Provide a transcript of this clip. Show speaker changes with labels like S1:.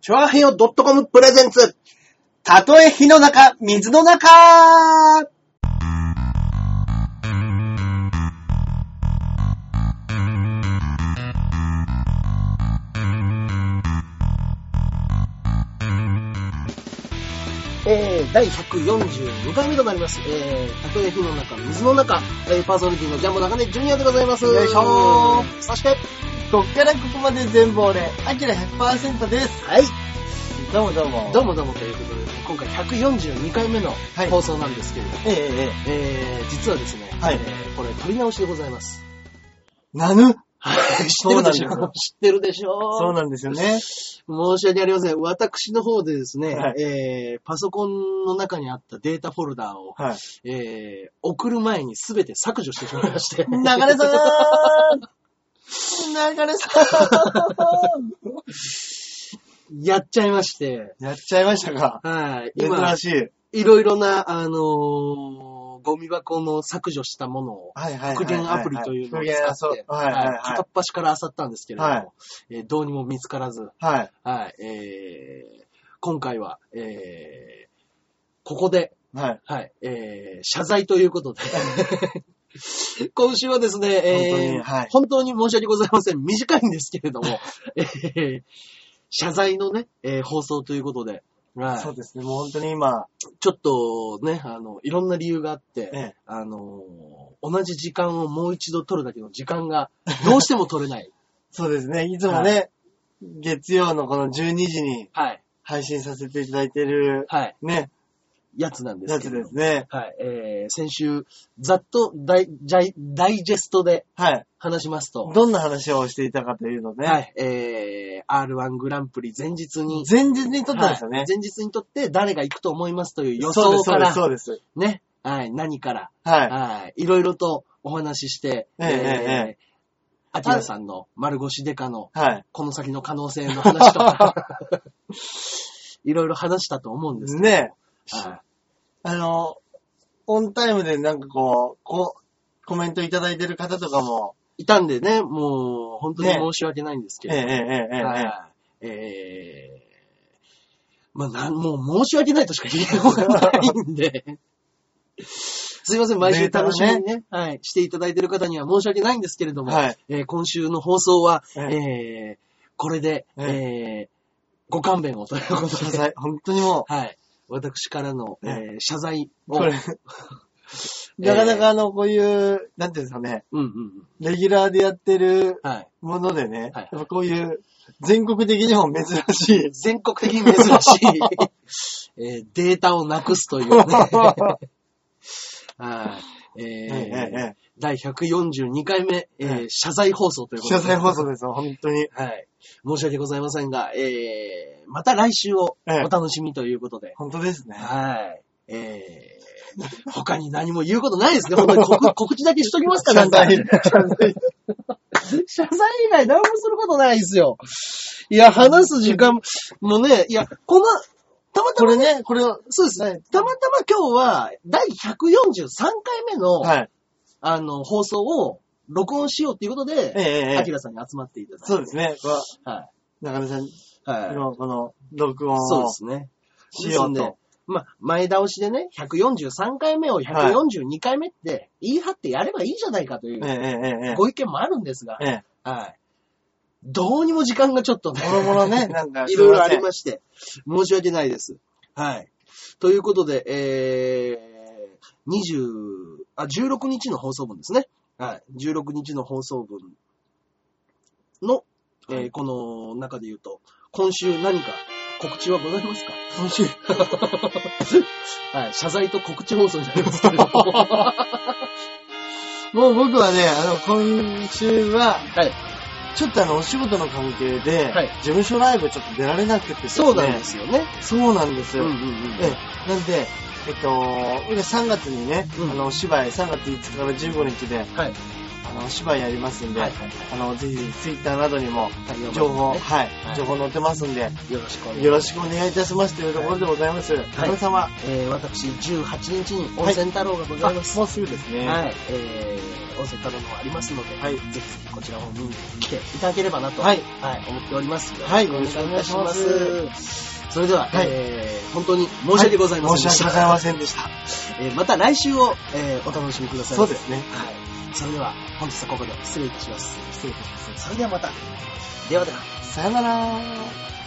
S1: チョアヘヨ .com プレゼンツ。たとえ火の中、水の中えー、第142回目となります。えー、たとえ火の中、水の中、えー、パーソナリティのジャンボ中根ジュニアでございます。
S2: よいしょ
S1: そして、
S2: こっからここまで全部俺、アキラ100%です。
S1: はい、
S2: どうもどうも。
S1: どう
S2: も。
S1: もどうもということで、今回142回目の
S2: はい
S1: 放送なんですけれど、
S2: ええええ。
S1: えー、実はですね、
S2: はい
S1: えーこれ撮り直しでございます。
S2: なぬ
S1: 知ってるで
S2: そう
S1: し
S2: なん
S1: ょ
S2: で
S1: 知ってるでし
S2: そう
S1: ょ
S2: なんですよね。
S1: 申し訳ありません。私の方でですね、
S2: はい
S1: えー、パソコンの中にあったデータフォルダーを、
S2: はい。
S1: えー、送る前にすべて削除してしまいまして。
S2: 流れさーん流れさーん
S1: やっちゃいまして、
S2: やっちゃいましたか
S1: はい。
S2: 珍
S1: 今、
S2: しい。はい
S1: いろいろな、あのーゴミ箱の削除したものを、
S2: はいはいはい。
S1: 復元アプリというのを使って、
S2: 復元そうはいはい
S1: はい片
S2: は
S1: っ端から漁ったんですけれども、
S2: はい
S1: えーどうにも見つからず、
S2: い。はい。
S1: はいえー今回は、えーここで、
S2: はい。
S1: はいえー謝罪ということで、 今週はですね、
S2: 本
S1: えー
S2: 当にはい
S1: 本当に申し訳ございません。短いんですけれども、えー謝罪のね、えー放送ということで、はい
S2: そうですね。もう本当に今、
S1: ちょっとね、あの、いろんな理由があって、
S2: ええ
S1: あの、同じ時間をもう一度取るだけの時間がどうしても取 れない。
S2: そうですね。いつもね、月曜のこの12時に
S1: はい。
S2: 配信させていただいてる、
S1: はい。
S2: ね、
S1: やつなんです
S2: や
S1: け
S2: つ
S1: ど。
S2: ですね。
S1: はい。えー、先週、ざっとダイジャイダイジェストで
S2: はい。
S1: 話しますと、
S2: どんな話をしていたかというのね。
S1: はい。えー、R1 グランプリ前日に、
S2: 前日に撮ったんですよね
S1: はい。前日にとって誰が行くと思いますという予
S2: そうで
S1: 想
S2: す、
S1: か
S2: そうで
S1: ら
S2: す、、そうです。
S1: ね、はい、何から、
S2: はい。
S1: はい、いろいろとお話しして、
S2: えええ
S1: ーアキラさんの丸腰デカの
S2: はい。
S1: この先の可能性の話 とか、いろいろ話したと思うんですけど。
S2: ね
S1: は
S2: あの、オンタイムでなんかこう、こう、コメントいただいてる方とかも、
S1: い、いたんでね、もう本当に
S2: ね
S1: 申し訳ないんですけ
S2: え
S1: ど、
S2: ええええええ
S1: はいえーまあ、なん、もう申し訳ないとしか言いようがないんで。 すいません、毎週楽しみにねはい、していただいてる方には申し訳ないんですけれども、
S2: はい
S1: えー今週の放送は、
S2: え
S1: えーこれで、
S2: え
S1: えーご勘弁をというこ
S2: え。謝
S1: とで、
S2: 罪、本当にも
S1: はい、私からの、え
S2: え
S1: ー謝罪
S2: う、
S1: を、
S2: これ、なかなかあの、こういう、なんていうんですかね、
S1: うんうんうん、
S2: レギュラーでやってる
S1: はい。
S2: ものでね、
S1: はい
S2: やっぱこういう、全国的にも珍しい、
S1: 全国的に珍 しい、えーデータをなくすというね。はい。
S2: ええ
S1: えー
S2: えええ
S1: 第142回目、えー
S2: は
S1: 謝罪放送と
S2: え
S1: いうこと
S2: 謝
S1: で。
S2: 罪放送ですよ、本当に。
S1: はい。申し訳ございませんが、えーまた来週を
S2: ええ
S1: お楽しみということで。
S2: 本当ですね。
S1: はい。えー 他に何も言うことない ですね。本当に告告知だけしときますか、な
S2: 謝
S1: んか。
S2: 罪、謝罪。
S1: 謝罪以外何もすることないですよ。いや、話す時間もね、いや、この、たまた
S2: こ
S1: ま
S2: れね、これを、
S1: そうです。
S2: はい
S1: たまたま今日は、第143回目の、
S2: はい。
S1: あの、放送を録音しようということ
S2: ええ
S1: で、
S2: ええ
S1: アキ
S2: ええ。
S1: ラさんに集まっていただいて。
S2: そうですね。こう
S1: は
S2: 中根さん
S1: い。はい。
S2: のこの録音
S1: そうで
S2: を
S1: すね。
S2: しよう
S1: ですんで
S2: と。
S1: まあ、前倒しでね、143回目を142回目って言い張ってやればいいじゃないかとい
S2: ええ
S1: う
S2: ええええ
S1: ご意見もあるんですが、
S2: ええ。
S1: はい。どうにも時間がちょっとね、
S2: もろもろね、なんか、
S1: いろいろあり
S2: す
S1: まして、申し訳ないです。はい。ということで、えー、20あ、16日の放送分ですね。はい。16日の放送分の、えー
S2: はい
S1: この中で言うと、今週何か告知はございますか
S2: いません。今週
S1: はい。謝罪と告知放送になりますけれども。は
S2: もう僕はね、あの、今週は、
S1: い。
S2: ちょっとあの、お仕事の関係で、
S1: はい
S2: 事務所ライブちょっと出られなくてですね
S1: そうなんで。すよね。
S2: そうなんです
S1: うん
S2: よ。
S1: うんうん。
S2: ええなんで、えっと、僕3月にね、
S1: うん
S2: あの、お芝居3月5日から15日で、
S1: はい。
S2: ああの、お芝居やりますんで、
S1: はい
S2: あの、ぜひ、ツイッターなどにも、
S1: 対応
S2: 情報、
S1: ね
S2: はい
S1: は、い
S2: 情報載ってますんで、
S1: よろしくお願いし
S2: よ
S1: ま
S2: ろ
S1: す。
S2: しくお願いいたしますというところでございます。田中様、
S1: えー、私、18日に温泉太郎がございます。
S2: もうすぐですね。
S1: はい。えー、温泉太郎の方ありますので、
S2: はい
S1: ぜひぜひこちらを見に来ていただければなと、
S2: はい
S1: 思っております。
S2: はい
S1: よろしくお願いいたしま
S2: よろしくお願い
S1: す。それでは、
S2: はい
S1: えー、本当に申し訳ございません
S2: 申
S1: でし
S2: し訳
S1: た。
S2: ございませんでした。
S1: えー、また来週を、えー、お楽しみください。
S2: そうですね。
S1: はい。それでは、本日はここで失礼いたします。
S2: 失礼いたしま
S1: それではまた。ではでは。
S2: す。さよなら。